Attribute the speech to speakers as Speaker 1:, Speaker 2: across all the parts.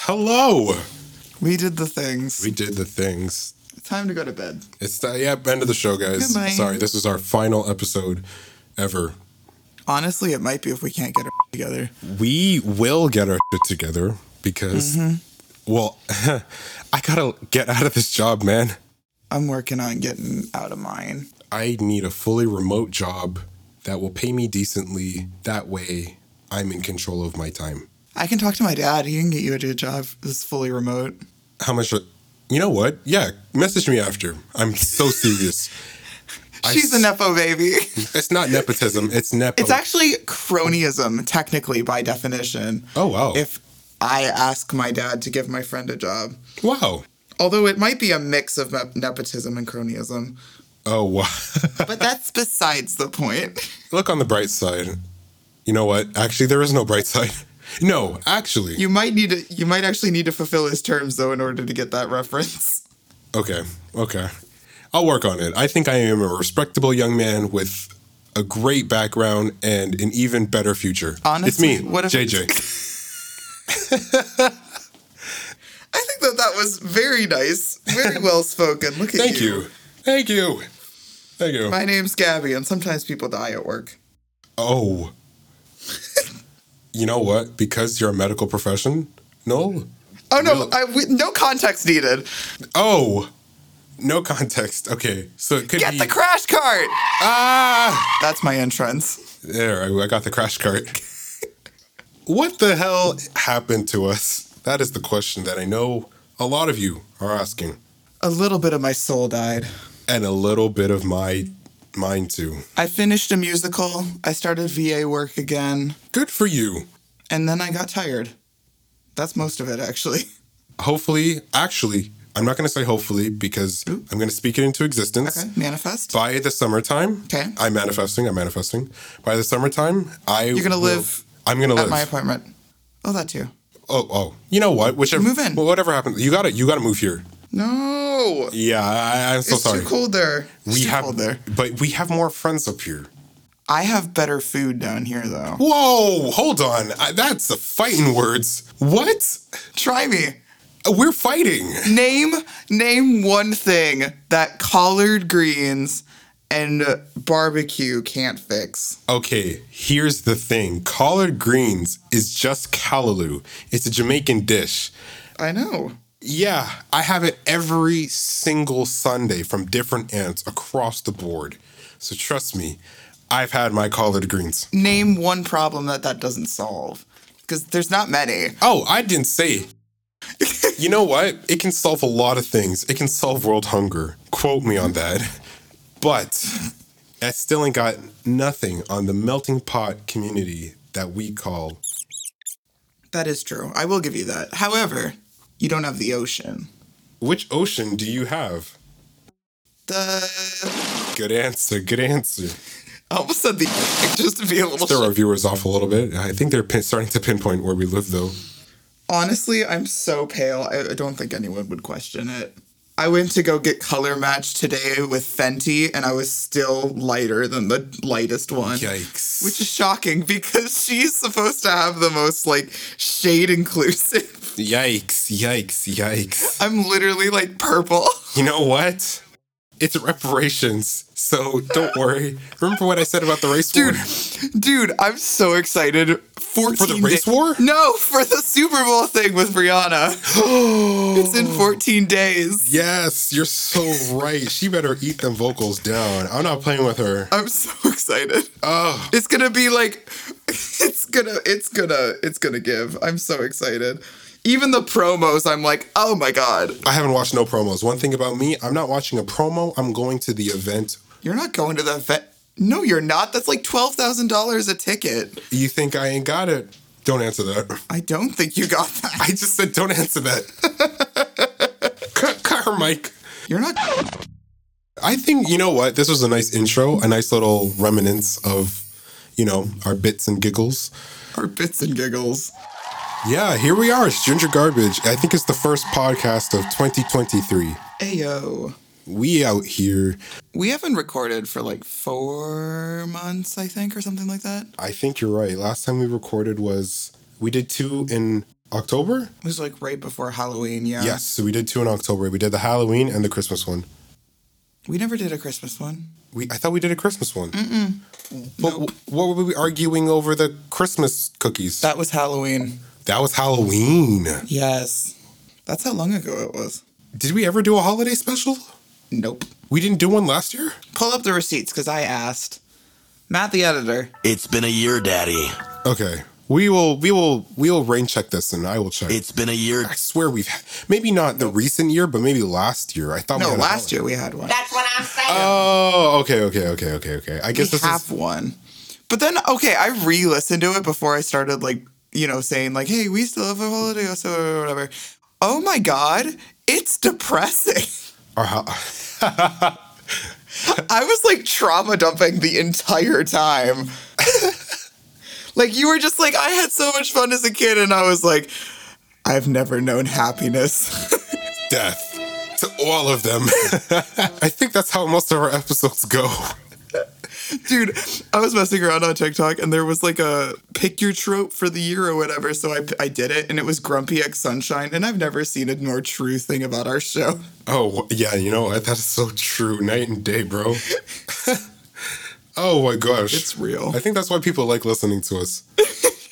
Speaker 1: Hello.
Speaker 2: We did the things.
Speaker 1: We did the things.
Speaker 2: It's time to go to bed.
Speaker 1: It's the yeah, end of the show, guys.
Speaker 2: Goodbye.
Speaker 1: Sorry, this is our final episode ever.
Speaker 2: Honestly, it might be if we can't get our together.
Speaker 1: We will get our shit together because,
Speaker 2: Mm-hmm.
Speaker 1: well, I gotta get out of this job, man.
Speaker 2: I'm working on getting out of mine.
Speaker 1: I need a fully remote job that will pay me decently. That way, I'm in control of my time.
Speaker 2: I can talk to my dad. He can get you a good job. This is fully remote.
Speaker 1: How much? Are, you know what? Yeah, message me after. I'm so serious. I
Speaker 2: She's a
Speaker 1: s-
Speaker 2: nepo baby.
Speaker 1: It's not nepotism. It's nepo.
Speaker 2: It's actually cronyism, technically, by definition.
Speaker 1: Oh wow!
Speaker 2: If I ask my dad to give my friend a job,
Speaker 1: wow.
Speaker 2: although it might be a mix of nep- nepotism and cronyism,
Speaker 1: Oh wow.
Speaker 2: but that's besides the point.
Speaker 1: Look on the bright side. You know what? Actually, there is no bright side. No, actually.
Speaker 2: You might need to. You might actually need to fulfill his terms though in order to get that reference.
Speaker 1: Okay. Okay. I'll work on it. I think I am a respectable young man with a great background and an even better future.
Speaker 2: Honestly,
Speaker 1: it's me,
Speaker 2: what if-
Speaker 1: JJ.
Speaker 2: I think that that was very nice, very well spoken. Look at
Speaker 1: Thank you. Thank you. Thank you.
Speaker 2: My name's Gabby, and sometimes people die at work.
Speaker 1: Oh. you know what? Because you're a medical profession? No.
Speaker 2: Oh no!
Speaker 1: Really?
Speaker 2: I, we, no context needed.
Speaker 1: Oh. No context. Okay. So it could
Speaker 2: Get
Speaker 1: be
Speaker 2: the crash cart.
Speaker 1: Ah!
Speaker 2: That's my entrance.
Speaker 1: There, I I got the crash cart. what the hell happened to us? That is the question that I know a lot of you are asking.
Speaker 2: A little bit of my soul died.
Speaker 1: and a little bit of my mine too.
Speaker 2: I finished a musical. I started VA work again,
Speaker 1: Good for you.
Speaker 2: and then I got tired. That's most of it, actually.
Speaker 1: Hopefully, actually, I'm not going to say hopefully because I'm going to speak it into existence.
Speaker 2: Okay, manifest.
Speaker 1: By the summertime,
Speaker 2: Okay.
Speaker 1: I'm manifesting. I'm manifesting. By the summertime, I you're
Speaker 2: gonna live
Speaker 1: I'm gonna
Speaker 2: At
Speaker 1: live.
Speaker 2: my apartment. Oh, that too.
Speaker 1: oh, oh, you know what? Whichever
Speaker 2: Move in.
Speaker 1: well, whatever happens, you got to you got to move here.
Speaker 2: No.
Speaker 1: Yeah, I, I'm so
Speaker 2: it's
Speaker 1: sorry.
Speaker 2: too cold there. It's
Speaker 1: We
Speaker 2: too
Speaker 1: have
Speaker 2: cold there.
Speaker 1: but we have more friends up here.
Speaker 2: I have better food down here though.
Speaker 1: Whoa, hold on. I, that's the fighting words. What?
Speaker 2: Try me.
Speaker 1: We're fighting.
Speaker 2: Name name one thing that collard greens and barbecue can't fix.
Speaker 1: Okay, here's the thing. Collard greens is just callaloo. It's a Jamaican dish.
Speaker 2: I know.
Speaker 1: Yeah, I have it every single Sunday from different ants across the board. So trust me, I've had my collard greens.
Speaker 2: Name one problem that that doesn't solve because there's not many.
Speaker 1: Oh, I didn't say. it. you know what? It can solve a lot of things. It can solve world hunger. Quote me on that. But I still ain't got nothing on the melting pot community that we call
Speaker 2: That is true. I will give you that. However, you don't have the ocean.
Speaker 1: Which ocean do you have?
Speaker 2: The
Speaker 1: Good answer. Good answer.
Speaker 2: I almost said the just to be a little.
Speaker 1: Throw our viewers off a little bit. I think they're pin- starting to pinpoint where we live, though.
Speaker 2: Honestly, I'm so pale. I I don't think anyone would question it. I went to go get color matched today with Fenty, and I was still lighter than the lightest one.
Speaker 1: Yikes.
Speaker 2: Which is shocking because she's supposed to have the most like shade inclusive.
Speaker 1: Yikes. Yikes. Yikes.
Speaker 2: I'm literally like purple.
Speaker 1: You know what? It's reparations, so don't worry. Remember what I said about the race
Speaker 2: Dude,
Speaker 1: war?
Speaker 2: dude, I'm so excited. 14
Speaker 1: For the race
Speaker 2: da-
Speaker 1: war?
Speaker 2: No, for the Super Bowl thing with Rihanna. It's in 14 days.
Speaker 1: Yes, you're so right. She better eat them vocals down. I'm not playing with her.
Speaker 2: I'm so excited.
Speaker 1: Oh,
Speaker 2: It's gonna be like, it's gonna, it's gonna, it's gonna give. I'm so excited. Even the promos, I'm like, oh my god,
Speaker 1: I haven't watched no promos. One thing about me, I'm not watching a promo. I'm going to the event
Speaker 2: you're not going to the event. No, you're not. That's like twelve thousand dollars a ticket.
Speaker 1: You think I ain't got it? Don't answer that.
Speaker 2: I don't think you got that.
Speaker 1: I just said don't answer that. cut, cut her mic.
Speaker 2: You're not.
Speaker 1: I think you know what. This was a nice intro, a nice little remnants of, you know, our bits and giggles.
Speaker 2: Our bits and giggles.
Speaker 1: Yeah, here we are. It's Ginger Garbage. I think it's the first podcast of 2023.
Speaker 2: Ayo.
Speaker 1: We out here.
Speaker 2: We haven't recorded for like four months, I think, or something like that.
Speaker 1: I think you're right. Last time we recorded was we did two in October?
Speaker 2: It was like right before Halloween, yeah.
Speaker 1: Yes. So we did two in October. We did the Halloween and the Christmas one.
Speaker 2: We never did a Christmas one.
Speaker 1: We I thought we did a Christmas one. Mm-mm. But wh- what were we arguing over the Christmas cookies?
Speaker 2: That was Halloween.
Speaker 1: That was Halloween.
Speaker 2: Yes. That's how long ago it was.
Speaker 1: Did we ever do a holiday special?
Speaker 2: Nope.
Speaker 1: We didn't do one last year?
Speaker 2: Pull up the receipts because I asked. Matt the editor.
Speaker 3: It's been a year, Daddy.
Speaker 1: Okay. We will we will we will rain check this and I will check.
Speaker 3: It's been a year.
Speaker 1: I swear we've had, maybe not the recent year, but maybe last year. I thought we
Speaker 2: No,
Speaker 1: had a
Speaker 2: last year we had one.
Speaker 4: That's what I'm saying.
Speaker 1: Oh, okay, okay, okay, okay, okay. I
Speaker 2: we
Speaker 1: guess this
Speaker 2: have
Speaker 1: is
Speaker 2: one. But then okay, I re-listened to it before I started like, you know, saying like, hey, we still have a holiday or so or whatever. Oh my god, it's depressing.
Speaker 1: our ho-
Speaker 2: I was like trauma dumping the entire time. like you were just like, I had so much fun as a kid, and I was like, I've never known happiness.
Speaker 1: death to all of them. I think that's how most of our episodes go.
Speaker 2: Dude, I was messing around on TikTok and there was like a pick your trope for the year or whatever. So I, I did it and it was Grumpy X Sunshine. And I've never seen a more true thing about our show.
Speaker 1: Oh, yeah, you know what? That is so true. Night and day, bro. oh my gosh.
Speaker 2: It's real.
Speaker 1: I think that's why people like listening to us.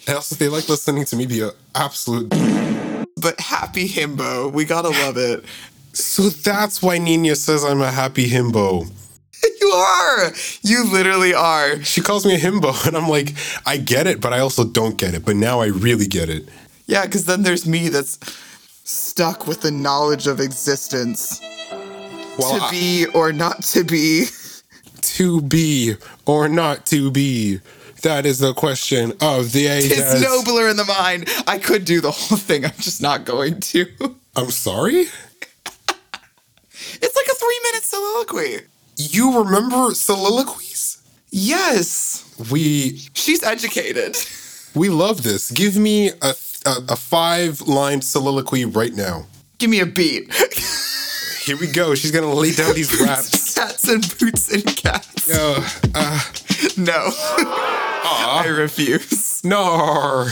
Speaker 1: and also, they like listening to me be an absolute.
Speaker 2: But happy himbo. We gotta love it.
Speaker 1: So that's why Nina says I'm a happy himbo.
Speaker 2: you are. You literally are.
Speaker 1: She calls me a himbo, and I'm like, I get it, but I also don't get it. But now I really get it.
Speaker 2: Yeah, because then there's me that's stuck with the knowledge of existence.
Speaker 1: Well,
Speaker 2: to
Speaker 1: I-
Speaker 2: be or not to be.
Speaker 1: to be or not to be? That is the question of the age.
Speaker 2: It's nobler in the mind. I could do the whole thing. I'm just not going to.
Speaker 1: I'm sorry?
Speaker 2: It's like a three minute soliloquy.
Speaker 1: You remember soliloquies?
Speaker 2: Yes,
Speaker 1: We
Speaker 2: she's educated.
Speaker 1: we love this. Give me a a, a five line soliloquy right now.
Speaker 2: Give me a beat.
Speaker 1: Here we go. She's gonna lay down these raps.
Speaker 2: Cats and boots and cats.
Speaker 1: Uh,
Speaker 2: No, I refuse.
Speaker 1: no.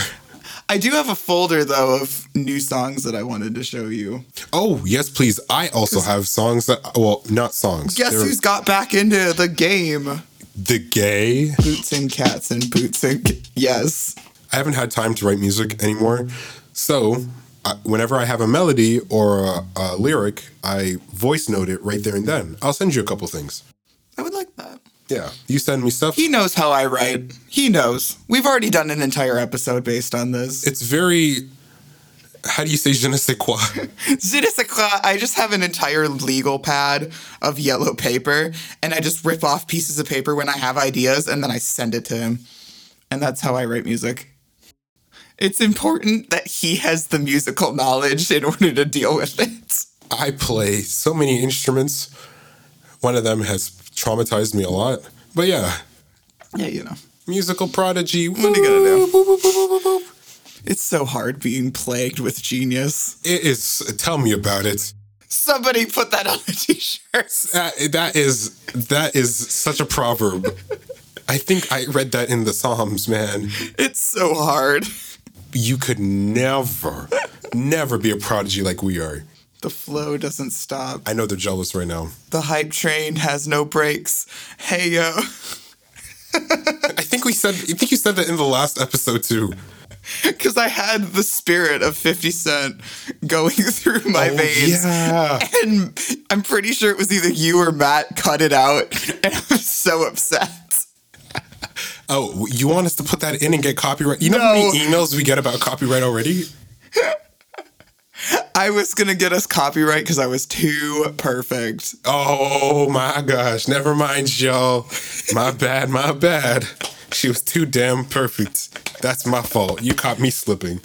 Speaker 2: I do have a folder though of new songs that I wanted to show you.
Speaker 1: Oh yes, please. I also have songs that well, not songs.
Speaker 2: Guess
Speaker 1: They're
Speaker 2: who's got back into the game?
Speaker 1: the gay.
Speaker 2: Boots and cats and boots and ca- yes.
Speaker 1: I haven't had time to write music anymore. So, I, whenever I have a melody or a, a lyric, I voice note it right there and then. I'll send you a couple things.
Speaker 2: I would like that.
Speaker 1: Yeah, you send me stuff.
Speaker 2: He knows how I write. He knows. We've already done an entire episode based on this.
Speaker 1: It's very. How do you say je ne sais quoi?
Speaker 2: Je ne sais quoi, I just have an entire legal pad of yellow paper, and I just rip off pieces of paper when I have ideas, and then I send it to him. And that's how I write music. It's important that he has the musical knowledge in order to deal with it.
Speaker 1: I play so many instruments. One of them has traumatized me a lot. But yeah,
Speaker 2: Yeah, you know.
Speaker 1: musical prodigy. What
Speaker 2: are you gonna do?
Speaker 1: do?
Speaker 2: It's so hard being plagued with genius.
Speaker 1: It is. Tell me about it.
Speaker 2: Somebody put that on a t shirt.
Speaker 1: That, that is that is such a proverb. I think I read that in the Psalms, man.
Speaker 2: It's so hard.
Speaker 1: You could never, never be a prodigy like we are.
Speaker 2: The flow doesn't stop.
Speaker 1: I know they're jealous right now.
Speaker 2: The hype train has no brakes. Hey yo.
Speaker 1: I think we said. I think you said that in the last episode too.
Speaker 2: Cause I had the spirit of 50 Cent going through my veins.
Speaker 1: Oh, yeah.
Speaker 2: And I'm pretty sure it was either you or Matt cut it out. And I'm so upset.
Speaker 1: Oh, you want us to put that in and get copyright? You know how
Speaker 2: No.
Speaker 1: many emails we get about copyright already?
Speaker 2: I was gonna get us copyright because I was too perfect.
Speaker 1: Oh my gosh! Never mind, y'all. My bad. My bad. She was too damn perfect. That's my fault. You caught me slipping.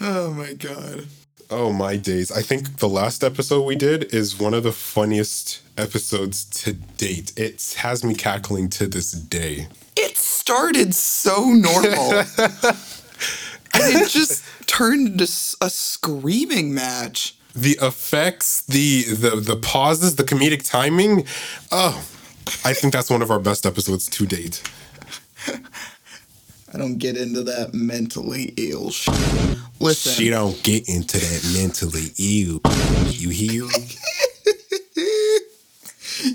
Speaker 2: Oh my god.
Speaker 1: Oh my days. I think the last episode we did is one of the funniest episodes to date. It has me cackling to this day.
Speaker 2: it started so normal. and it just turned to s- a screaming match.
Speaker 1: The effects, the the the pauses, the comedic timing. Oh, I think that's one of our best episodes to date.
Speaker 2: I don't get into that mentally ill shit. Listen,
Speaker 1: She don't get into that mentally ill. You hear?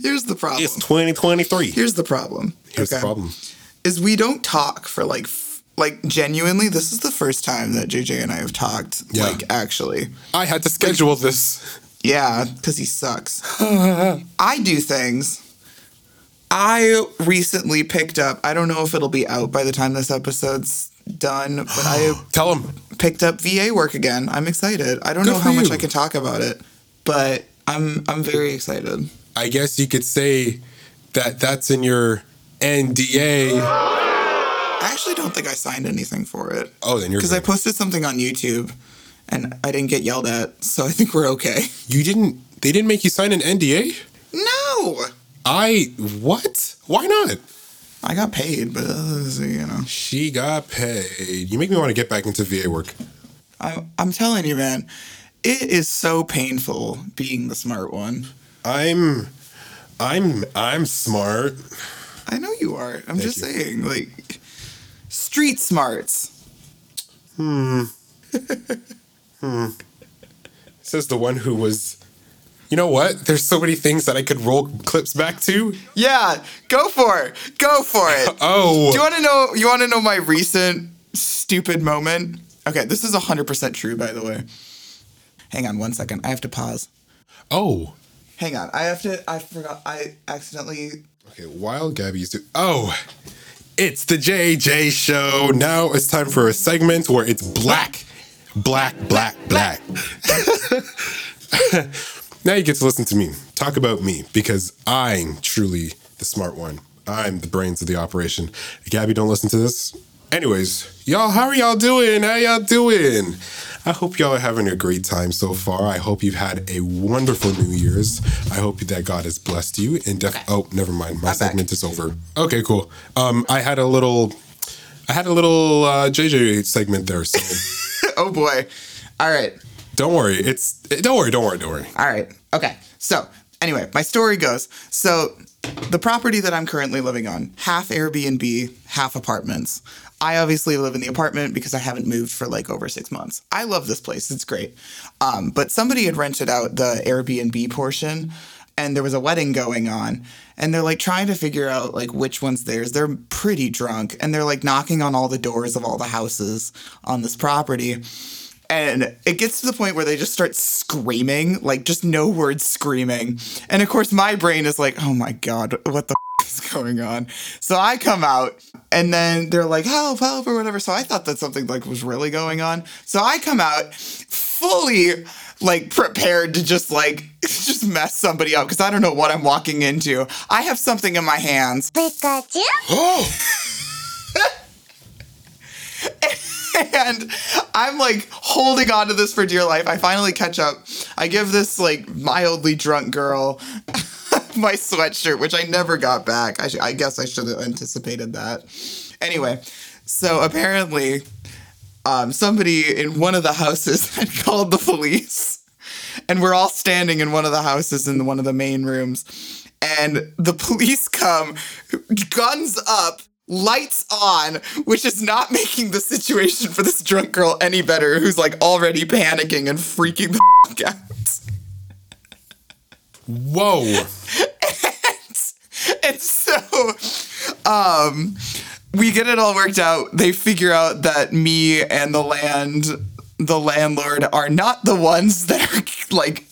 Speaker 2: here's the problem.
Speaker 1: It's 2023.
Speaker 2: Here's the problem.
Speaker 1: Here's the problem.
Speaker 2: Is we don't talk for like f- like genuinely. This is the first time that JJ and I have talked.
Speaker 1: Yeah.
Speaker 2: Like actually.
Speaker 1: I had to schedule this.
Speaker 2: Yeah, because he sucks. I do things. I recently picked up, I don't know if it'll be out by the time this episode's done, but I
Speaker 1: Tell him.
Speaker 2: picked up VA work again. I'm excited. I don't
Speaker 1: Good
Speaker 2: know how
Speaker 1: for
Speaker 2: much
Speaker 1: you.
Speaker 2: I can talk about it, but I'm I'm very excited.
Speaker 1: I guess you could say that that's in your NDA.
Speaker 2: I actually don't think I signed anything for it
Speaker 1: Oh, then you're
Speaker 2: because I
Speaker 1: good.
Speaker 2: posted something on YouTube and I didn't get yelled at, so I think we're okay.
Speaker 1: you didn't. They didn't make you sign an NDA.
Speaker 2: No,
Speaker 1: I what? Why not?
Speaker 2: I got paid, but uh, you know.
Speaker 1: She got paid. You make me want to get back into VA work.
Speaker 2: I'm, I'm telling you, man, it is so painful being the smart one.
Speaker 1: I'm, I'm, I'm smart.
Speaker 2: I know you are. I'm just
Speaker 1: you.
Speaker 2: saying, like, street smarts.
Speaker 1: Says the one who was. You know what? There's so many things that I could roll clips back to.
Speaker 2: Yeah, go for it. Go for it.
Speaker 1: Oh,
Speaker 2: Do you want to know? You want to know my recent stupid moment? Okay, this is 100% true, by the way. Hang on one second. I have to pause.
Speaker 1: oh.
Speaker 2: Hang on. I have to. I forgot. I accidentally.
Speaker 1: Okay, while Gabby's do oh, it's the JJ show. Now it's time for a segment where it's black, black, black, black. now you get to listen to me talk about me because I'm truly the smart one. I'm the brains of the operation. Gabby, don't listen to this. Anyways, y'all, how are y'all doing? How y'all doing? I hope y'all are having a great time so far. I hope you've had a wonderful New Year's. I hope that God has blessed you. And def- oh, never mind, my
Speaker 2: back.
Speaker 1: segment is over. Okay, cool. Um, I had a little, I had a little uh, JJ segment there. So
Speaker 2: oh boy. All right.
Speaker 1: don't worry. It's don't worry. Don't worry. Don't worry.
Speaker 2: All right. Okay. So, anyway, my story goes. So, the property that I'm currently living on, half Airbnb, half apartments. I obviously live in the apartment because I haven't moved for like over six months. I love this place. It's great. Um, but somebody had rented out the Airbnb portion and there was a wedding going on and they're like trying to figure out like which one's theirs they're pretty drunk and they're like knocking on all the doors of all the houses on this property and it gets to the point where they just start screaming, like just no words screaming. And of course, my brain is like, oh my God, what the f- is going on? So I come out and then they're like, help, help, or whatever. So I thought that something like was really going on. So I come out fully like prepared to just like just mess somebody up because I don't know what I'm walking into. I have something in my hands.
Speaker 1: Oh,
Speaker 2: and I'm like holding on to this for dear life. I finally catch up. I give this like mildly drunk girl my sweatshirt, which I never got back. I, sh- I guess I should have anticipated that. Anyway, so apparently, um, somebody in one of the houses had called the police and we're all standing in one of the houses in one of the main rooms and the police come guns up lights on which is not making the situation for this drunk girl any better who's like already panicking and freaking the fuck out
Speaker 1: whoa.
Speaker 2: and so um we get it all worked out they figure out that me and the land the landlord are not the ones that are like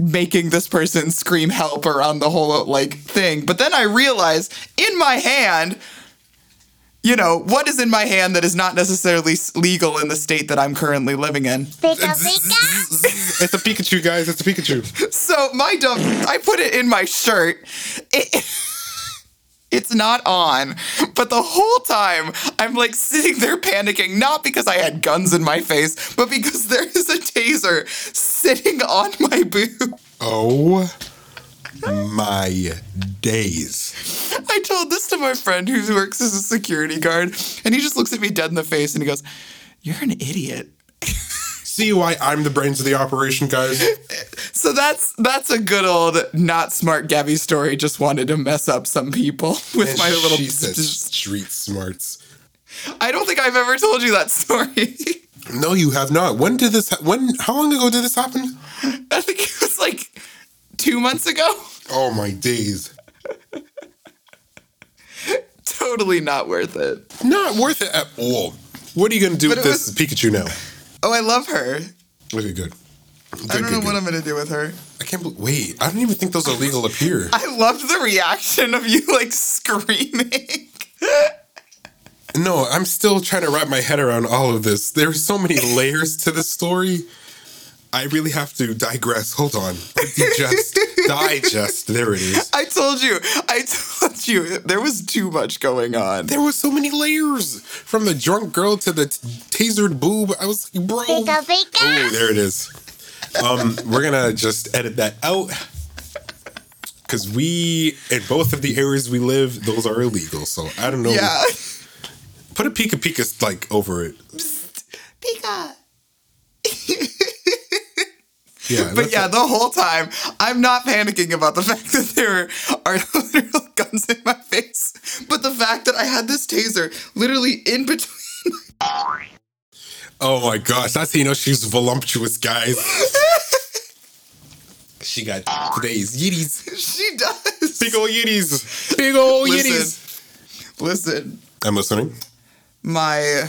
Speaker 2: making this person scream help around the whole like thing but then i realize in my hand you know what is in my hand that is not necessarily s- legal in the state that i'm currently living in
Speaker 3: Pika Pika.
Speaker 1: It's a Pikachu, guys. It's a Pikachu.
Speaker 2: So my dumb, I put it in my shirt. It, it's not on, but the whole time I'm like sitting there panicking, not because I had guns in my face, but because there is a taser sitting on my boob.
Speaker 1: Oh my days.
Speaker 2: I told this to my friend who works as a security guard, and he just looks at me dead in the face and he goes, "You're an idiot."
Speaker 1: See why I'm the brains of the operation, guys?
Speaker 2: So that's that's a good old not smart Gabby story. Just wanted to mess up some people with
Speaker 1: And
Speaker 2: my little
Speaker 1: she says street smarts.
Speaker 2: I don't think I've ever told you that story.
Speaker 1: No, you have not. When did this? Ha- when? How long ago did this happen?
Speaker 2: I think it was like two months ago.
Speaker 1: Oh my days!
Speaker 2: Totally not worth it.
Speaker 1: Not worth it at all. What are you gonna do
Speaker 2: But
Speaker 1: with
Speaker 2: it
Speaker 1: this
Speaker 2: was-
Speaker 1: Pikachu now?
Speaker 2: Oh, I love her.
Speaker 1: Okay, good. Good,
Speaker 2: I don't
Speaker 1: good,
Speaker 2: know
Speaker 1: good.
Speaker 2: what I'm gonna do with her.
Speaker 1: I can't believe. Wait, I don't even think those are legal up here.
Speaker 2: I loved the reaction of you like screaming.
Speaker 1: No, I'm still trying to wrap my head around all of this. There are so many layers to this story. I really have to digress. Hold on. Digest. digest. There it is.
Speaker 2: I told you. I told you. There was too much going on.
Speaker 1: There were so many layers from the drunk girl to the t- tasered boob. I was like, bro.
Speaker 3: Pika, pika.
Speaker 1: Oh, there it is. Um, we're gonna just edit that out because we, in both of the areas we live, those are illegal. So I don't know.
Speaker 2: Yeah.
Speaker 1: Put a pika pika like over it.
Speaker 2: Pika.
Speaker 1: Yeah.
Speaker 2: But
Speaker 1: that's-
Speaker 2: yeah, the whole time, I'm not panicking about the fact that there are literal guns in my face, but the fact that I had this taser literally in between.
Speaker 1: Oh my gosh, that's how you know she's voluptuous, guys. she got today's yiddies.
Speaker 2: She does.
Speaker 1: Big ol' yiddies. Big ol' yiddies.
Speaker 2: Listen, listen,
Speaker 1: I'm listening.
Speaker 2: my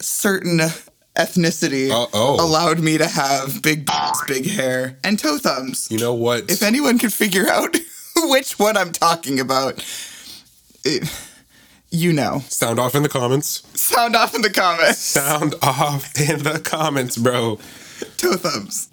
Speaker 2: certain ethnicity
Speaker 1: Uh-oh.
Speaker 2: allowed me to have big boobs, big hair, and toe thumbs.
Speaker 1: You know what?
Speaker 2: If anyone can figure out which one I'm talking about, it, you know.
Speaker 1: Sound off in the comments.
Speaker 2: Sound off in the comments.
Speaker 1: Sound off in the comments, bro.
Speaker 2: Toe thumbs.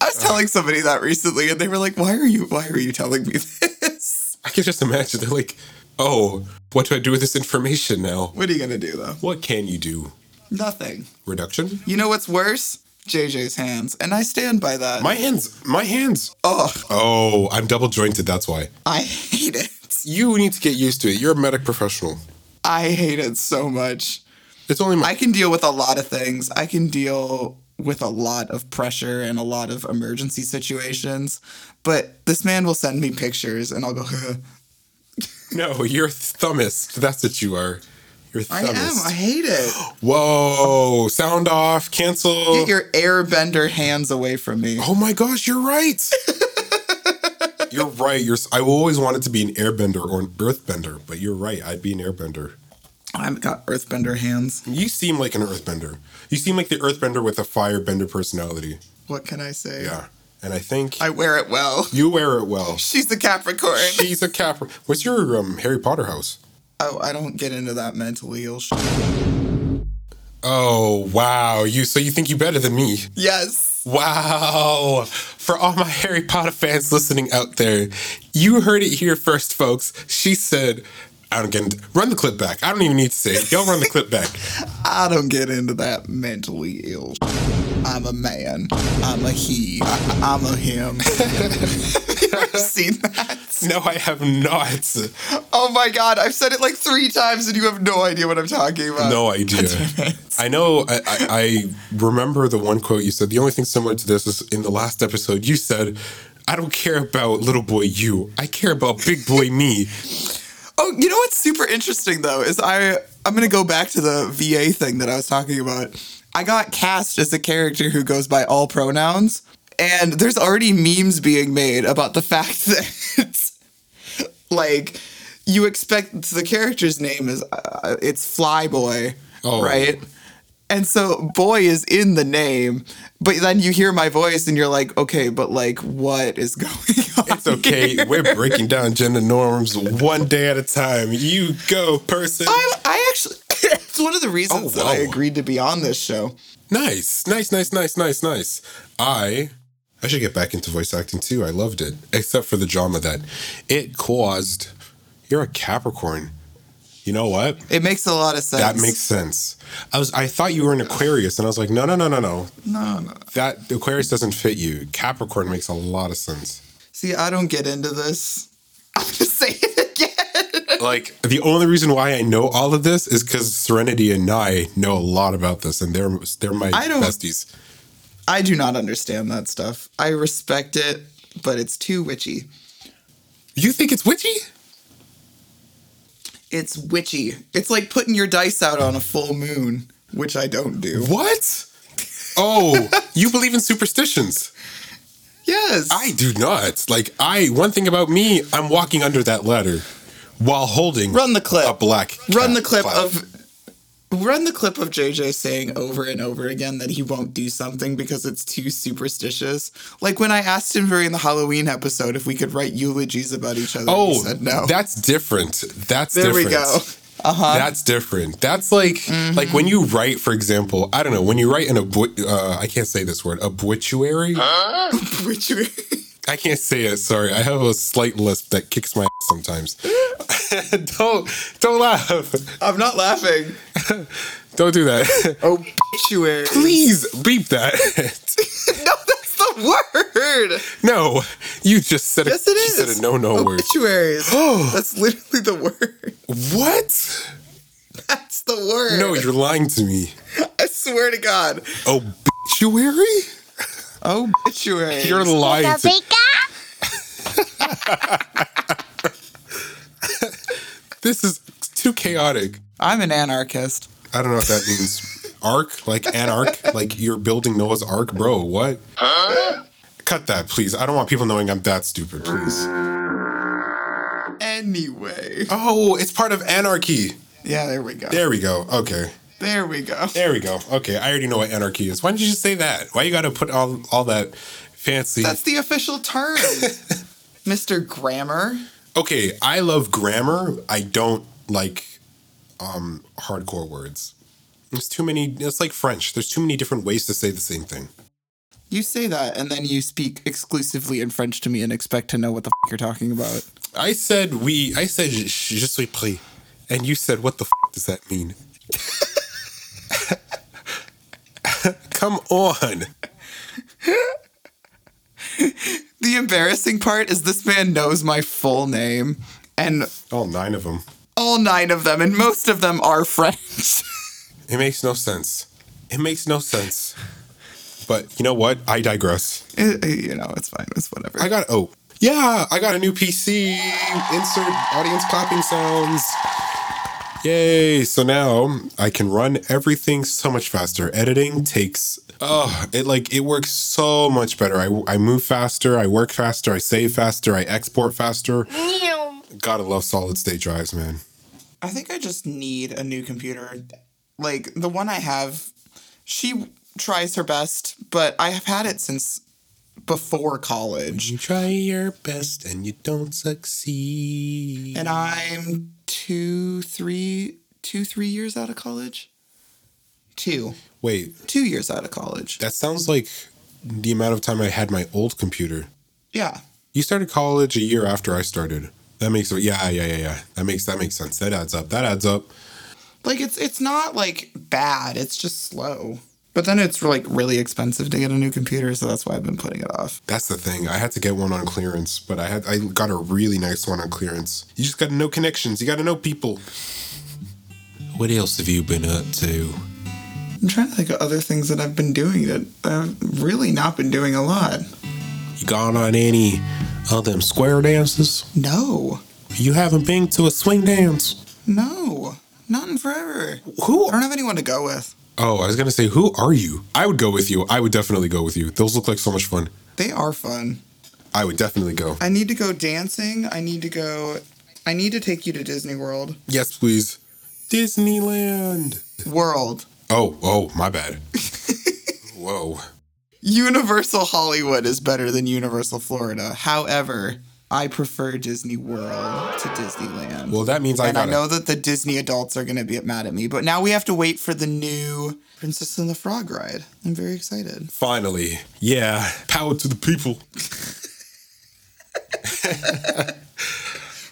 Speaker 2: I was telling somebody that recently, and they were like, "Why are you? Why are you telling me this?
Speaker 1: I can just imagine. They're like, oh, what do I do with this information now?
Speaker 2: What are you gonna do though?
Speaker 1: What can you do?
Speaker 2: Nothing.
Speaker 1: Reduction?
Speaker 2: You know what's worse? JJ's hands, and I stand by that.
Speaker 1: My hands. My hands.
Speaker 2: oh,
Speaker 1: Oh, I'm double jointed. That's why.
Speaker 2: I hate it.
Speaker 1: You need to get used to it. You're a medic professional.
Speaker 2: I hate it so much.
Speaker 1: It's only my.
Speaker 2: I can deal with a lot of things. I can deal with a lot of pressure and a lot of emergency situations, but this man will send me pictures, and I'll go.
Speaker 1: No, you're a thumbist. That's what you are. You're a
Speaker 2: I
Speaker 1: thumbist.
Speaker 2: am. I hate it.
Speaker 1: Whoa! Sound off. Cancel.
Speaker 2: Get your airbender hands away from me.
Speaker 1: oh my gosh, you're right. you're right. You're. s- I always wanted to be an airbender or an earthbender, but you're right. I'd be an airbender.
Speaker 2: I've got earthbender hands.
Speaker 1: You seem like an earthbender. You seem like the earthbender with a firebender personality.
Speaker 2: What can I say?
Speaker 1: Yeah, and I think
Speaker 2: I wear it well.
Speaker 1: you wear it well.
Speaker 2: She's a Capricorn.
Speaker 1: She's a Capri. What's your um, Harry Potter house?
Speaker 2: oh, I don't get into that mentally ill shit.
Speaker 1: Oh wow! You so you think you better than me?
Speaker 2: Yes.
Speaker 1: Wow. For all my Harry Potter fans listening out there, you heard it here first, folks. She said, I don't get into, run the clip back. I don't even need to say it. Y'all run the clip back.
Speaker 2: I don't get into that mentally ill shit. I'm a man. I'm a he. I- am a him. you ever seen that?
Speaker 1: No, I have not.
Speaker 2: Oh my god, I've said it like three times and you have no idea what I'm talking about.
Speaker 1: No idea. I know. I, I, I remember the one quote you said. The only thing similar to this is in the last episode. You said, "I don't care about little boy you. I care about big boy me."
Speaker 2: Oh, you know what's super interesting though is I I'm gonna go back to the VA thing that I was talking about. I got cast as a character who goes by all pronouns, and there's already memes being made about the fact that like you expect the character's name is uh, it's Flyboy,
Speaker 1: Oh.
Speaker 2: right? And so boy is in the name, but then you hear my voice and you're like, okay, but like what is going on?
Speaker 1: It's okay.
Speaker 2: here?
Speaker 1: We're breaking down gender norms one day at a time. You go, person.
Speaker 2: I, I actually, it's one of the reasons
Speaker 1: Oh,
Speaker 2: that I
Speaker 1: wow.
Speaker 2: agreed to be on this show.
Speaker 1: Nice, nice, nice, nice, nice, nice. I I should get back into voice acting too. I loved it, except for the drama that it caused. You're a Capricorn. You know what?
Speaker 2: It makes a lot of sense.
Speaker 1: That makes sense. I was I thought you were an Aquarius, and I was like, no, no, no, no, no.
Speaker 2: no, no.
Speaker 1: That Aquarius doesn't fit you. Capricorn makes a lot of sense.
Speaker 2: See, I don't get into this. I'm gonna say it again.
Speaker 1: Like the only reason why I know all of this is because Serenity and Nye know a lot about this, and they're they're my
Speaker 2: I don't-
Speaker 1: besties.
Speaker 2: I do not understand that stuff. I respect it, but it's too witchy.
Speaker 1: You think it's witchy?
Speaker 2: It's witchy. It's like putting your dice out on a full moon, which I don't do.
Speaker 1: What? Oh, you believe in superstitions.
Speaker 2: Yes.
Speaker 1: I do not. Like I one thing about me, I'm walking under that ladder while holding
Speaker 2: Run the clip.
Speaker 1: a black cat
Speaker 2: run the clip
Speaker 1: flag.
Speaker 2: of run the clip of JJ saying over and over again that he won't do something because it's too superstitious. Like when I asked him during the Halloween episode if we could write eulogies about each other,
Speaker 1: Oh,
Speaker 2: he said no.
Speaker 1: that's different. That's
Speaker 2: there
Speaker 1: different.
Speaker 2: we go. Uh-huh. Mm-hmm.
Speaker 1: That's different. That's like like when you write, for example, I don't know, when you write an obit uh, I can't say this word, obituary.
Speaker 2: Which we-
Speaker 1: I can't say it. Sorry, I have a slight lisp that kicks my ass sometimes. don't don't laugh.
Speaker 2: I'm not laughing.
Speaker 1: Don't do that.
Speaker 2: Obituary.
Speaker 1: Please beep that.
Speaker 2: no, that's the word.
Speaker 1: No, you just said
Speaker 2: Yes,
Speaker 1: a,
Speaker 2: it
Speaker 1: you
Speaker 2: is. Oh.
Speaker 1: said a no no word.
Speaker 2: Obituaries. that's literally the word.
Speaker 1: What?
Speaker 2: That's the word.
Speaker 1: No, you're lying to me.
Speaker 2: I swear to God.
Speaker 1: Obituary?
Speaker 2: Obituary.
Speaker 1: You're lying to This is too chaotic.
Speaker 2: I'm an anarchist.
Speaker 1: I don't know if that means arc, like an arc, like you're building Noah's Ark, bro. What? Cut that, please. I don't want people knowing I'm that stupid, please.
Speaker 2: Anyway.
Speaker 1: Oh, it's part of anarchy.
Speaker 2: Yeah, there we go.
Speaker 1: There we go. Okay.
Speaker 2: There we go.
Speaker 1: There we go. Okay. I already know what anarchy is. Why did you just say that? Why you gotta put all all that fancy?
Speaker 2: That's the official term. Mr. Grammar.
Speaker 1: okay, I love grammar. I don't like um hardcore words. There's too many it's like French. There's too many different ways to say the same thing.
Speaker 2: You say that and then you speak exclusively in French to me and expect to know what the f- you're talking about.
Speaker 1: I said we I said je, je suis pris. And you said what the f- does that mean? Come on.
Speaker 2: The embarrassing part is this man knows my full name and
Speaker 1: All nine of them.
Speaker 2: all nine of them, and most of them are French.
Speaker 1: It makes no sense. It makes no sense. But you know what? I digress.
Speaker 2: It- Eh, you know, it's fine. It's whatever.
Speaker 1: I got oh yeah, I got a new PC. Insert audience clapping sounds. Yay! So now I can run everything so much faster. Editing takes oh it like it works so much better. I I move faster. I work faster. I save faster. I export faster. Gotta love solid state drives, man.
Speaker 2: I think I just need a new computer. Like the one I have, she tries her best, but I have had it since before college.
Speaker 1: You try your best and you don't succeed.
Speaker 2: and I'm two, three, two, three years out of college. Two,
Speaker 1: Wait,
Speaker 2: two years out of college.
Speaker 1: that sounds like the amount of time I had my old computer.
Speaker 2: Yeah,
Speaker 1: You started college a year after I started. That makes yeah yeah yeah yeah. That makes that makes sense. That adds up. That adds up.
Speaker 2: like it's it's not like bad. It's just slow. But then it's like really expensive to get a new computer, so that's why I've been putting it off.
Speaker 1: That's the thing. I had to get one on clearance, but I had I got a really nice one on clearance. You just got to know connections. You got to know people. What else have you been up to?
Speaker 2: I'm trying to think of other things that I've been doing that I've really not been doing a lot.
Speaker 1: You gone on any of them square dances?
Speaker 2: No,
Speaker 1: You haven't been to a swing dance?
Speaker 2: no, not in forever.
Speaker 1: Who
Speaker 2: I don't have anyone to go with.
Speaker 1: Oh, I was gonna say, who are you? I would go with you. I would definitely go with you. Those look like so much fun.
Speaker 2: They are fun.
Speaker 1: I would definitely go.
Speaker 2: I need to go dancing. I need to go. I need to take you to Disney World.
Speaker 1: Yes, please. Disneyland.
Speaker 2: World.
Speaker 1: Oh, oh, my bad. Whoa.
Speaker 2: Universal Hollywood is better than Universal Florida. However, I prefer Disney World to Disneyland.
Speaker 1: Well, that means I
Speaker 2: and I
Speaker 1: got
Speaker 2: know that the Disney adults are going to be mad at me, but now we have to wait for the new Princess and the Frog ride. I'm very excited.
Speaker 1: finally. Yeah, power to the people.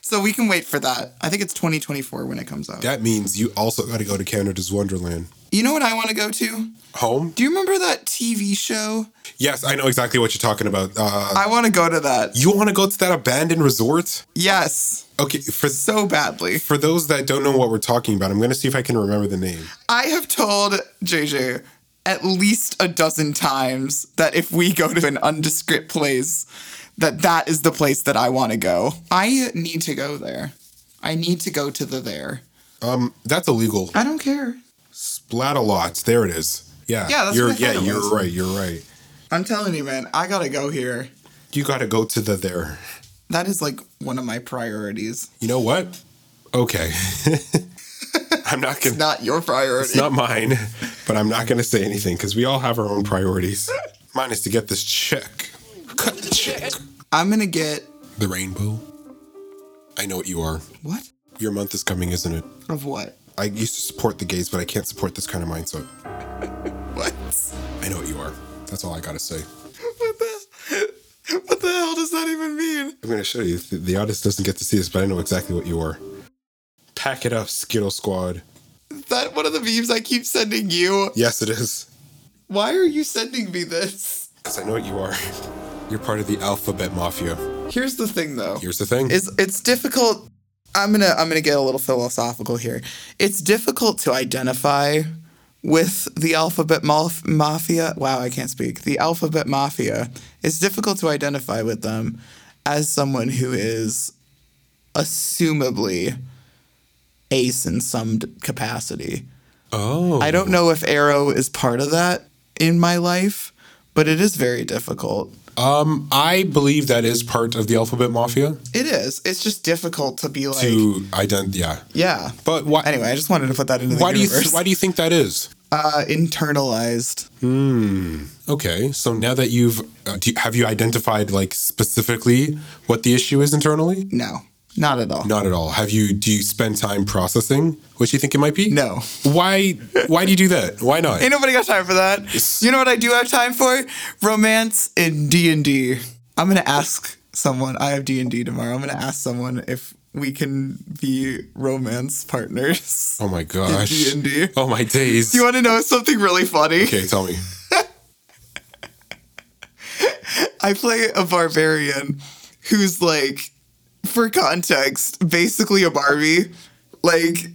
Speaker 2: So we can wait for that. I think it's 2024 when it comes out.
Speaker 1: That means you also got to go to Canada's Wonderland.
Speaker 2: You know what I want to go to?
Speaker 1: Home?
Speaker 2: Do you remember that TV show?
Speaker 1: Yes, I know exactly what you're talking about. Uh,
Speaker 2: I want to go to that.
Speaker 1: you want to go to that abandoned resort?
Speaker 2: Yes,
Speaker 1: Okay, for
Speaker 2: so badly.
Speaker 1: for those that don't know what we're talking about, I'm going to see if I can remember the name.
Speaker 2: I have told JJ at least a dozen times that if we go to an undescript place, that that is the place that I want to go. I need to go there. I need to go to the there.
Speaker 1: Um, that's illegal.
Speaker 2: I don't care.
Speaker 1: Splat a lot. There it is. Yeah.
Speaker 2: Yeah, that's
Speaker 1: you're,
Speaker 2: what I
Speaker 1: Yeah,
Speaker 2: thought it
Speaker 1: you're
Speaker 2: was.
Speaker 1: right. You're right.
Speaker 2: I'm telling you, man, I gotta go here.
Speaker 1: You got to go to the there.
Speaker 2: That is like one of my priorities.
Speaker 1: You know what? Okay. I'm not gonna.
Speaker 2: Not your
Speaker 1: It's
Speaker 2: priority.
Speaker 1: not mine, but I'm not gonna say anything because we all have our own priorities. Mine is to get this check. Cut the check.
Speaker 2: I'm gonna get
Speaker 1: The rainbow. I know what you are.
Speaker 2: what?
Speaker 1: Your month is coming, isn't it?
Speaker 2: Of what?
Speaker 1: I used to support the gays, but I can't support this kind of mindset.
Speaker 2: What?
Speaker 1: I know what you are. That's all I gotta say.
Speaker 2: What the What the hell does that even mean?
Speaker 1: I'm gonna show you. The, the artist doesn't get to see this, but I know exactly what you are. Pack it up, Skittle Squad.
Speaker 2: Is that one of the memes I keep sending you?
Speaker 1: Yes, it is.
Speaker 2: Why are you sending me this?
Speaker 1: Because I know what you are. You're part of the Alphabet Mafia.
Speaker 2: Here's the thing though.
Speaker 1: Here's the thing.
Speaker 2: It's it's difficult I'm going to I'm going to get a little philosophical here. It's difficult to identify with the alphabet Malf- mafia. Wow, I can't speak. The alphabet mafia. It's difficult to identify with them as someone who is assumably ace in some d- capacity.
Speaker 1: oh.
Speaker 2: I don't know if Arrow is part of that in my life, but it is very difficult.
Speaker 1: Um, I believe that is part of the Alphabet Mafia
Speaker 2: It is. It's just difficult to be like,
Speaker 1: to ident. Yeah,
Speaker 2: yeah.
Speaker 1: but why?
Speaker 2: Anyway, I just wanted to put that into the
Speaker 1: why do you
Speaker 2: universe.
Speaker 1: th- why do you think that is?
Speaker 2: uh, internalized.
Speaker 1: Okay, so now that you've uh, do you, have you identified like specifically what the issue is internally?
Speaker 2: No, not at all.
Speaker 1: Not at all. Have you? Do you spend time processing what you think it might be?
Speaker 2: No.
Speaker 1: Why? Why do you do that? Why not?
Speaker 2: Ain't nobody got time for that. You know what I do have time for? Romance in D and D. I'm gonna ask someone. I have D and D tomorrow. I'm gonna ask someone if we can be romance partners.
Speaker 1: Oh my gosh.
Speaker 2: D&D.
Speaker 1: Oh my days.
Speaker 2: Do you want to know something really funny?
Speaker 1: okay, tell me.
Speaker 2: I play a barbarian who's like, for context, basically a Barbie. Like,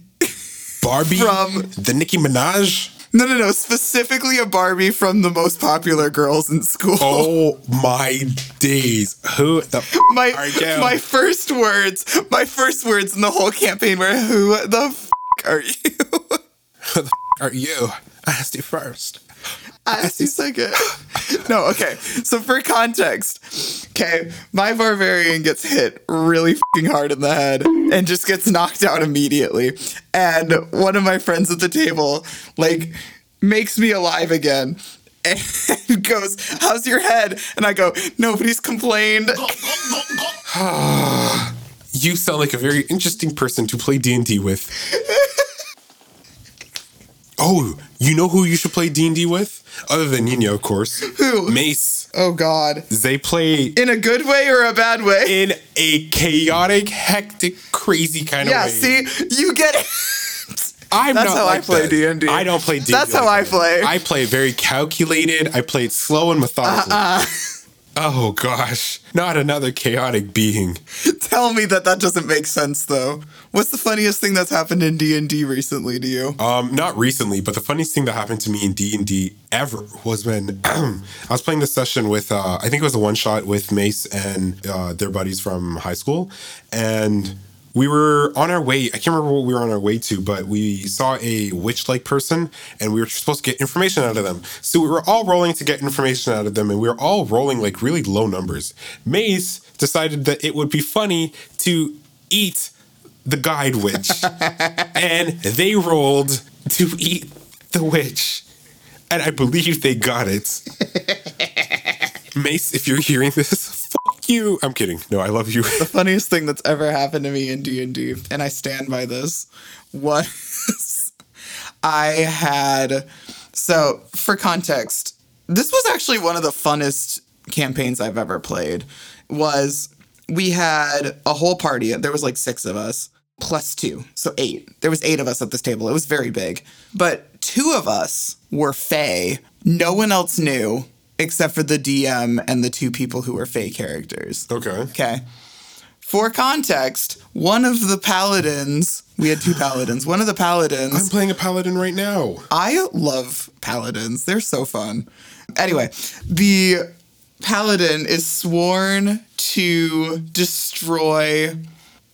Speaker 1: Barbie
Speaker 2: From-
Speaker 1: the Nicki Minaj.
Speaker 2: no, no, no, specifically a Barbie from the most popular girls in school.
Speaker 1: Oh my days. Who the
Speaker 2: my
Speaker 1: are you?
Speaker 2: my first words, my first words in the whole campaign were, "Who the f- are you?"
Speaker 1: are you? I asked you first.
Speaker 2: I asked you second. No, okay. So for context, okay, my barbarian gets hit really fing hard in the head and just gets knocked out immediately. And one of my friends at the table like makes me alive again. And goes, How's your head? And I go, Nobody's complained.
Speaker 1: You sound like a very interesting person to play D&D with. oh, you know who you should play D&D with? Other than Nino, of course.
Speaker 2: Who?
Speaker 1: Mace.
Speaker 2: Oh, God.
Speaker 1: They play
Speaker 2: In a good way or a bad way?
Speaker 1: in a chaotic, hectic, crazy kind
Speaker 2: Yeah,
Speaker 1: of way.
Speaker 2: see, you get
Speaker 1: I'm
Speaker 2: That's
Speaker 1: not
Speaker 2: how
Speaker 1: like
Speaker 2: I play
Speaker 1: that.
Speaker 2: D&D.
Speaker 1: I don't play D&D.
Speaker 2: That's how
Speaker 1: like
Speaker 2: I play.
Speaker 1: I play very calculated. I play it slow and methodical.
Speaker 2: Uh-uh.
Speaker 1: Oh gosh, not another chaotic being.
Speaker 2: Tell me that that doesn't make sense though. What's the funniest thing that's happened in D&D recently to you?
Speaker 1: Um, not recently, but the funniest thing that happened to me in D and D ever was when I was playing this session with uh, I think it was a one shot with Mace and uh, their buddies from high school, and we were on our way. I can't remember what we were on our way to, but we saw a witch like person, and we were supposed to get information out of them. So we were all rolling to get information out of them, and we were all rolling like really low numbers. Mace decided that it would be funny to eat the guide witch and they rolled to eat the witch. And I believe they got it. Mace, if you're hearing this, fuck you. I'm kidding. No, I love you.
Speaker 2: Funniest thing that's ever happened to me in D&D and I stand by this was I had so for context, this was actually one of the funnest campaigns I've ever played was we had a whole party. There was like 6 of us plus 2, so 8. There was 8 of us at this table. It was very big. But two of us were fae. No one else knew except for the DM and the two people who were fae characters.
Speaker 1: okay.
Speaker 2: Okay. For context, one of the paladins, we had two paladins. One of the
Speaker 1: I'm
Speaker 2: paladins,
Speaker 1: playing a paladin right now.
Speaker 2: I love paladins. They're so fun. Anyway, the paladin is sworn to destroy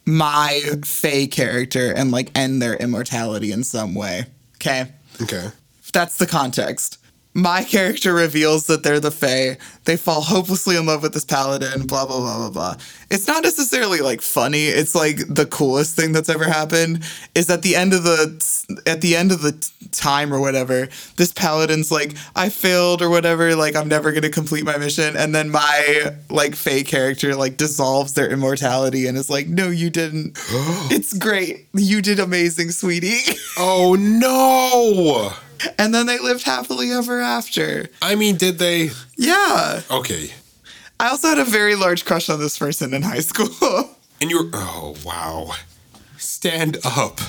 Speaker 2: my Faye character and like end their immortality in some way. Okay.
Speaker 1: Okay.
Speaker 2: That's the context. My character reveals that they're the Fae. They fall hopelessly in love with this paladin, blah, blah, blah, blah, blah. It's not necessarily like funny. It's like the coolest thing that's ever happened is at the end of the at the end of the t- time or whatever, this paladin's like, I failed or whatever, like I'm never gonna complete my mission. And then my like Fae character like dissolves their immortality and is like, No, you didn't. it's great. You did amazing, sweetie.
Speaker 1: Oh no!
Speaker 2: and then they lived happily ever after.
Speaker 1: I mean, did they?
Speaker 2: Yeah.
Speaker 1: Okay.
Speaker 2: I also had a very large crush on this person in high school.
Speaker 1: And you're. Oh wow. Stand up.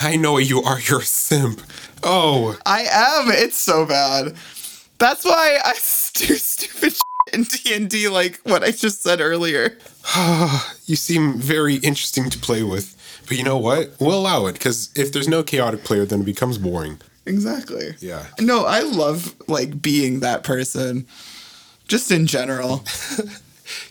Speaker 1: I know you are. You're a simp. Oh,
Speaker 2: I am. It's so bad. That's why I do stupid shit in D and D, like what I just said earlier.
Speaker 1: you seem very interesting to play with. But you know what? We'll allow it because if there's no chaotic player, then it becomes boring.
Speaker 2: Exactly.
Speaker 1: Yeah.
Speaker 2: No, I love like being that person, just in general.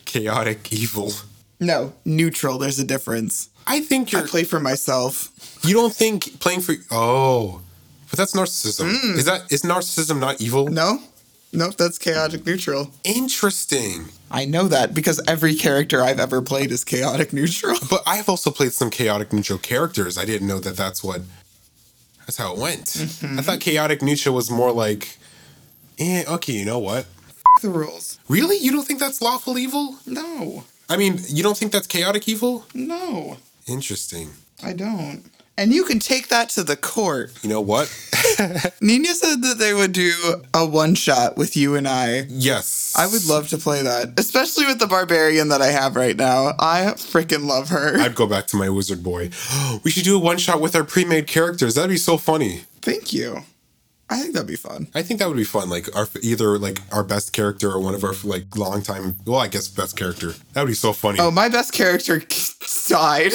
Speaker 1: Chaotic evil.
Speaker 2: No, neutral. There's a difference.
Speaker 1: I think
Speaker 2: I
Speaker 1: you're.
Speaker 2: play for myself.
Speaker 1: You don't think playing for. Oh, but that's narcissism. Is that is narcissism not evil?
Speaker 2: No, nope. That's chaotic neutral.
Speaker 1: Interesting.
Speaker 2: I know that because every character I've ever played is chaotic neutral.
Speaker 1: But I've also played some chaotic neutral characters. I didn't know that that's what that's how it went. I thought chaotic neutral was more like, eh, okay, you know what?
Speaker 2: the rules.
Speaker 1: Really, you don't think that's lawful evil?
Speaker 2: No,
Speaker 1: I mean, you don't think that's chaotic evil?
Speaker 2: no,
Speaker 1: Interesting.
Speaker 2: I don't. And you can take that to the court.
Speaker 1: You know what?
Speaker 2: Nina said that they would do a one shot with you and I.
Speaker 1: Yes,
Speaker 2: I would love to play that, especially with the barbarian that I have right now. I freaking love her.
Speaker 1: I'd go back to my wizard boy. we should do a one shot with our pre-made characters. That'd be so funny.
Speaker 2: Thank you. I think that'd be fun.
Speaker 1: I think that would be fun. Like our either like our best character or one of our like long time. Well, I guess best character. That would be so funny.
Speaker 2: Oh,
Speaker 1: Oh,
Speaker 2: my best character died.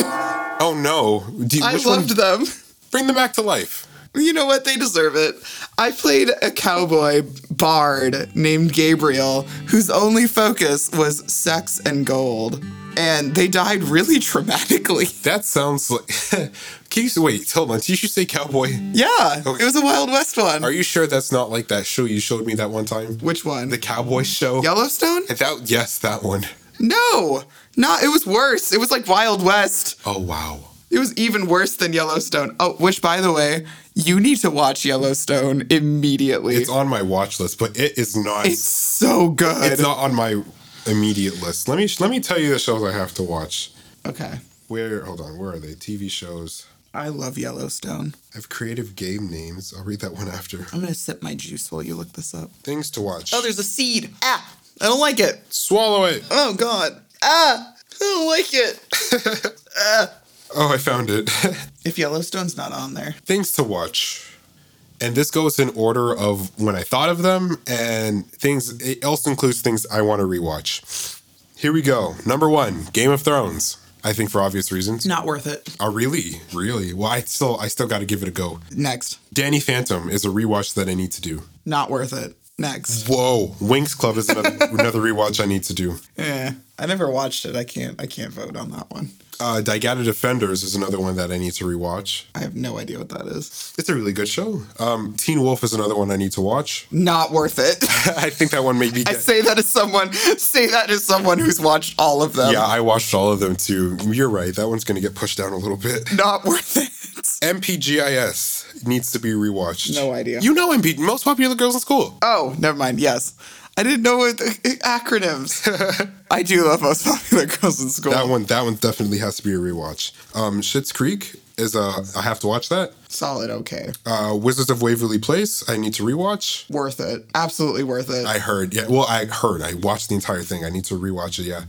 Speaker 1: no! Do,
Speaker 2: I
Speaker 1: which one-
Speaker 2: loved them.
Speaker 1: Bring them back to life.
Speaker 2: You know what? They deserve it. I played a cowboy bard named Gabriel whose only focus was sex and gold. And they died really traumatically.
Speaker 1: That sounds like. Can you wait? Hold on. Did you say cowboy?
Speaker 2: Yeah,
Speaker 1: Okay.
Speaker 2: it was a Wild West one.
Speaker 1: Are you sure that's not like that show you showed me that one time?
Speaker 2: Which one?
Speaker 1: The cowboy show.
Speaker 2: Yellowstone?
Speaker 1: That yes, that one.
Speaker 2: No, not. It was worse. It was like Wild West.
Speaker 1: Oh wow.
Speaker 2: It was even worse than Yellowstone. Oh, which by the way, you need to watch Yellowstone immediately.
Speaker 1: It's on my watch list, but it is not.
Speaker 2: It's so good.
Speaker 1: it's not on my immediate list. Let me let me tell you the shows I have to watch.
Speaker 2: okay,
Speaker 1: Where? Hold on. Where are they? TV shows.
Speaker 2: I love Yellowstone.
Speaker 1: I have creative game names. I'll read that one after.
Speaker 2: I'm gonna sip my juice while you look this up.
Speaker 1: Things to watch.
Speaker 2: Oh, there's a seed. Ah, I don't like it.
Speaker 1: Swallow it.
Speaker 2: Oh God. Ah, I don't like it.
Speaker 1: Oh, I found it.
Speaker 2: If Yellowstone's not on there,
Speaker 1: things to watch. And this goes in order of when I thought of them and things, it also includes things I want to rewatch. Here we go. Number one, Game of Thrones. I think for obvious reasons.
Speaker 2: not worth it.
Speaker 1: Oh, really? Really? Well, I still, I still got to give it a go.
Speaker 2: Next,
Speaker 1: Danny Phantom is a rewatch that I need to do.
Speaker 2: not worth it. Next.
Speaker 1: Whoa, Winx Club is another, another rewatch I need to do.
Speaker 2: Yeah, I never watched it. I can't. I can't vote on that one.
Speaker 1: Uh, Digata Defenders is another one that I need to rewatch.
Speaker 2: I have no idea what that is.
Speaker 1: It's a really good show. Um, Teen Wolf is another one I need to watch.
Speaker 2: Not worth it.
Speaker 1: I think that one may be.
Speaker 2: I say that as someone. Say that as someone who's watched all of them.
Speaker 1: Yeah, I watched all of them too. You're right. That one's going to get pushed down a little bit.
Speaker 2: Not worth it.
Speaker 1: MPGIS needs to be rewatched.
Speaker 2: No idea.
Speaker 1: You know MP, most popular girls in school.
Speaker 2: Oh, never mind. Yes. I didn't know what acronyms. I do love most popular girls in school.
Speaker 1: That one, that one definitely has to be a rewatch. Um, Schitt's Creek is a. I have to watch that.
Speaker 2: Solid. Okay.
Speaker 1: Uh, Wizards of Waverly Place. I need to rewatch.
Speaker 2: worth it. Absolutely worth it.
Speaker 1: I heard. Yeah. Well, I heard. I watched the entire thing. I need to rewatch it. Yeah.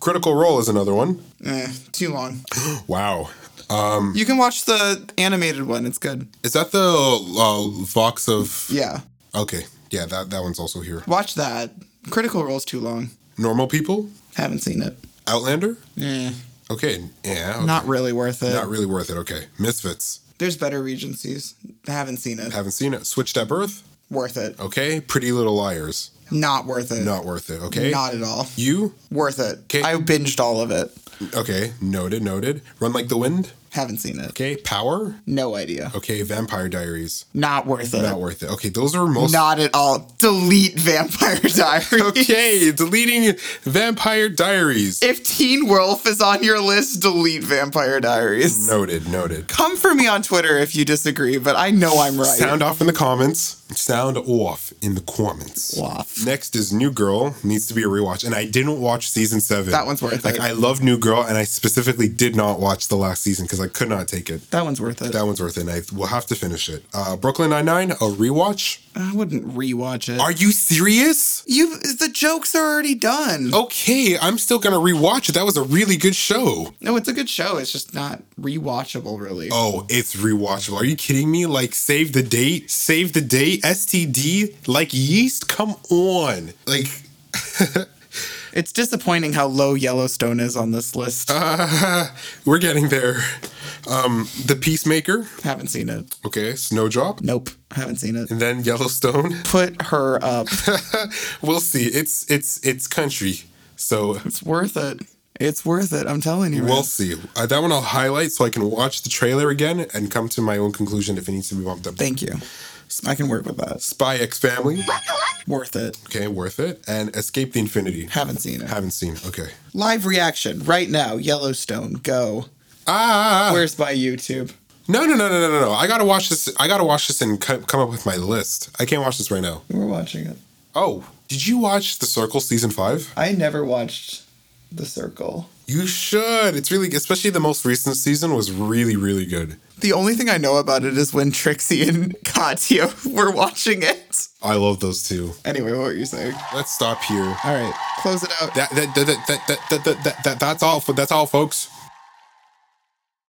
Speaker 1: Critical Role is another one.
Speaker 2: Eh, too long.
Speaker 1: Wow. Hmm.
Speaker 2: You can watch the animated one. It's good.
Speaker 1: Is that the uh, Vox of?
Speaker 2: Yeah.
Speaker 1: Okay. Yeah. That that one's also here.
Speaker 2: Watch that. Critical Role's too long.
Speaker 1: Normal People.
Speaker 2: Haven't seen it.
Speaker 1: Outlander.
Speaker 2: Eh,
Speaker 1: Okay. Yeah. okay.
Speaker 2: Not really worth it.
Speaker 1: Not really worth it. Okay. Misfits.
Speaker 2: There's better Regencies. Haven't seen it.
Speaker 1: Haven't seen it. Switched at Birth.
Speaker 2: Worth it.
Speaker 1: Okay. Pretty Little Liars.
Speaker 2: Not worth it.
Speaker 1: Not worth it, okay?
Speaker 2: Not at all.
Speaker 1: you
Speaker 2: Worth it.
Speaker 1: 'Kay.
Speaker 2: I binged all of it.
Speaker 1: okay, noted, noted. Run like the wind.
Speaker 2: Haven't seen it.
Speaker 1: Okay, power.
Speaker 2: No idea.
Speaker 1: Okay, Vampire Diaries.
Speaker 2: Not worth it.
Speaker 1: Not worth it. Okay, those are most
Speaker 2: Not at all. Delete Vampire Diaries.
Speaker 1: Okay, deleting Vampire Diaries.
Speaker 2: If Teen Wolf is on your list, delete Vampire Diaries.
Speaker 1: Noted, noted.
Speaker 2: Come for me on Twitter if you disagree, but I know I'm right.
Speaker 1: Sound off in the comments. Sound off in the comments.
Speaker 2: Off.
Speaker 1: Next is New Girl needs to be a rewatch, and I didn't watch season seven.
Speaker 2: That one's worth
Speaker 1: like
Speaker 2: it.
Speaker 1: I love New Girl, and I specifically did not watch the last season because I could not take it.
Speaker 2: That one's worth it.
Speaker 1: That one's worth it. And I will have to finish it. Uh, Brooklyn Nine Nine, a rewatch.
Speaker 2: I wouldn't rewatch it.
Speaker 1: Are you serious?
Speaker 2: you the jokes are already done.
Speaker 1: Oh. Okay, I'm still gonna rewatch it. That was a really good show.
Speaker 2: No, it's a good show. It's just not rewatchable, really.
Speaker 1: Oh, it's rewatchable. Are you kidding me? Like, save the date, save the date, STD, like yeast. Come on, like,
Speaker 2: It's disappointing how low Yellowstone is on this list.
Speaker 1: Uh. we're getting there. Um, the Peacemaker,
Speaker 2: haven't seen it.
Speaker 1: okay, Snowdrop,
Speaker 2: Nope, haven't seen it.
Speaker 1: and then Yellowstone.
Speaker 2: Put her up.
Speaker 1: we'll see. It's it's it's country, so
Speaker 2: it's worth it. It's worth it. I'm telling you.
Speaker 1: we'll
Speaker 2: man.
Speaker 1: see. Uh, that one I'll highlight so I can watch the trailer again and come to my own conclusion if it needs to be bumped up.
Speaker 2: Thank you. I can work with that.
Speaker 1: Spy X Family,
Speaker 2: Worth it.
Speaker 1: okay, worth it, and Escape the Infinity.
Speaker 2: Haven't seen it.
Speaker 1: Haven't seen. Okay.
Speaker 2: Live reaction right now. Yellowstone. Go.
Speaker 1: Ah.
Speaker 2: Where's my YouTube?
Speaker 1: No, no, no, no, no, no, no. I gotta watch this. I gotta watch this and co- come up with my list. I can't watch this right now.
Speaker 2: We're watching it.
Speaker 1: Oh, did you watch The Circle season five?
Speaker 2: I never watched The Circle.
Speaker 1: You should. It's really, especially the most recent season was really, really good.
Speaker 2: The only thing I know about it is when Trixie and Katya were watching it.
Speaker 1: I love those two.
Speaker 2: Anyway, what were you saying?
Speaker 1: Let's stop here.
Speaker 2: All right, close it out.
Speaker 1: That that that that that that that, that, that that's all. For, that's all, folks.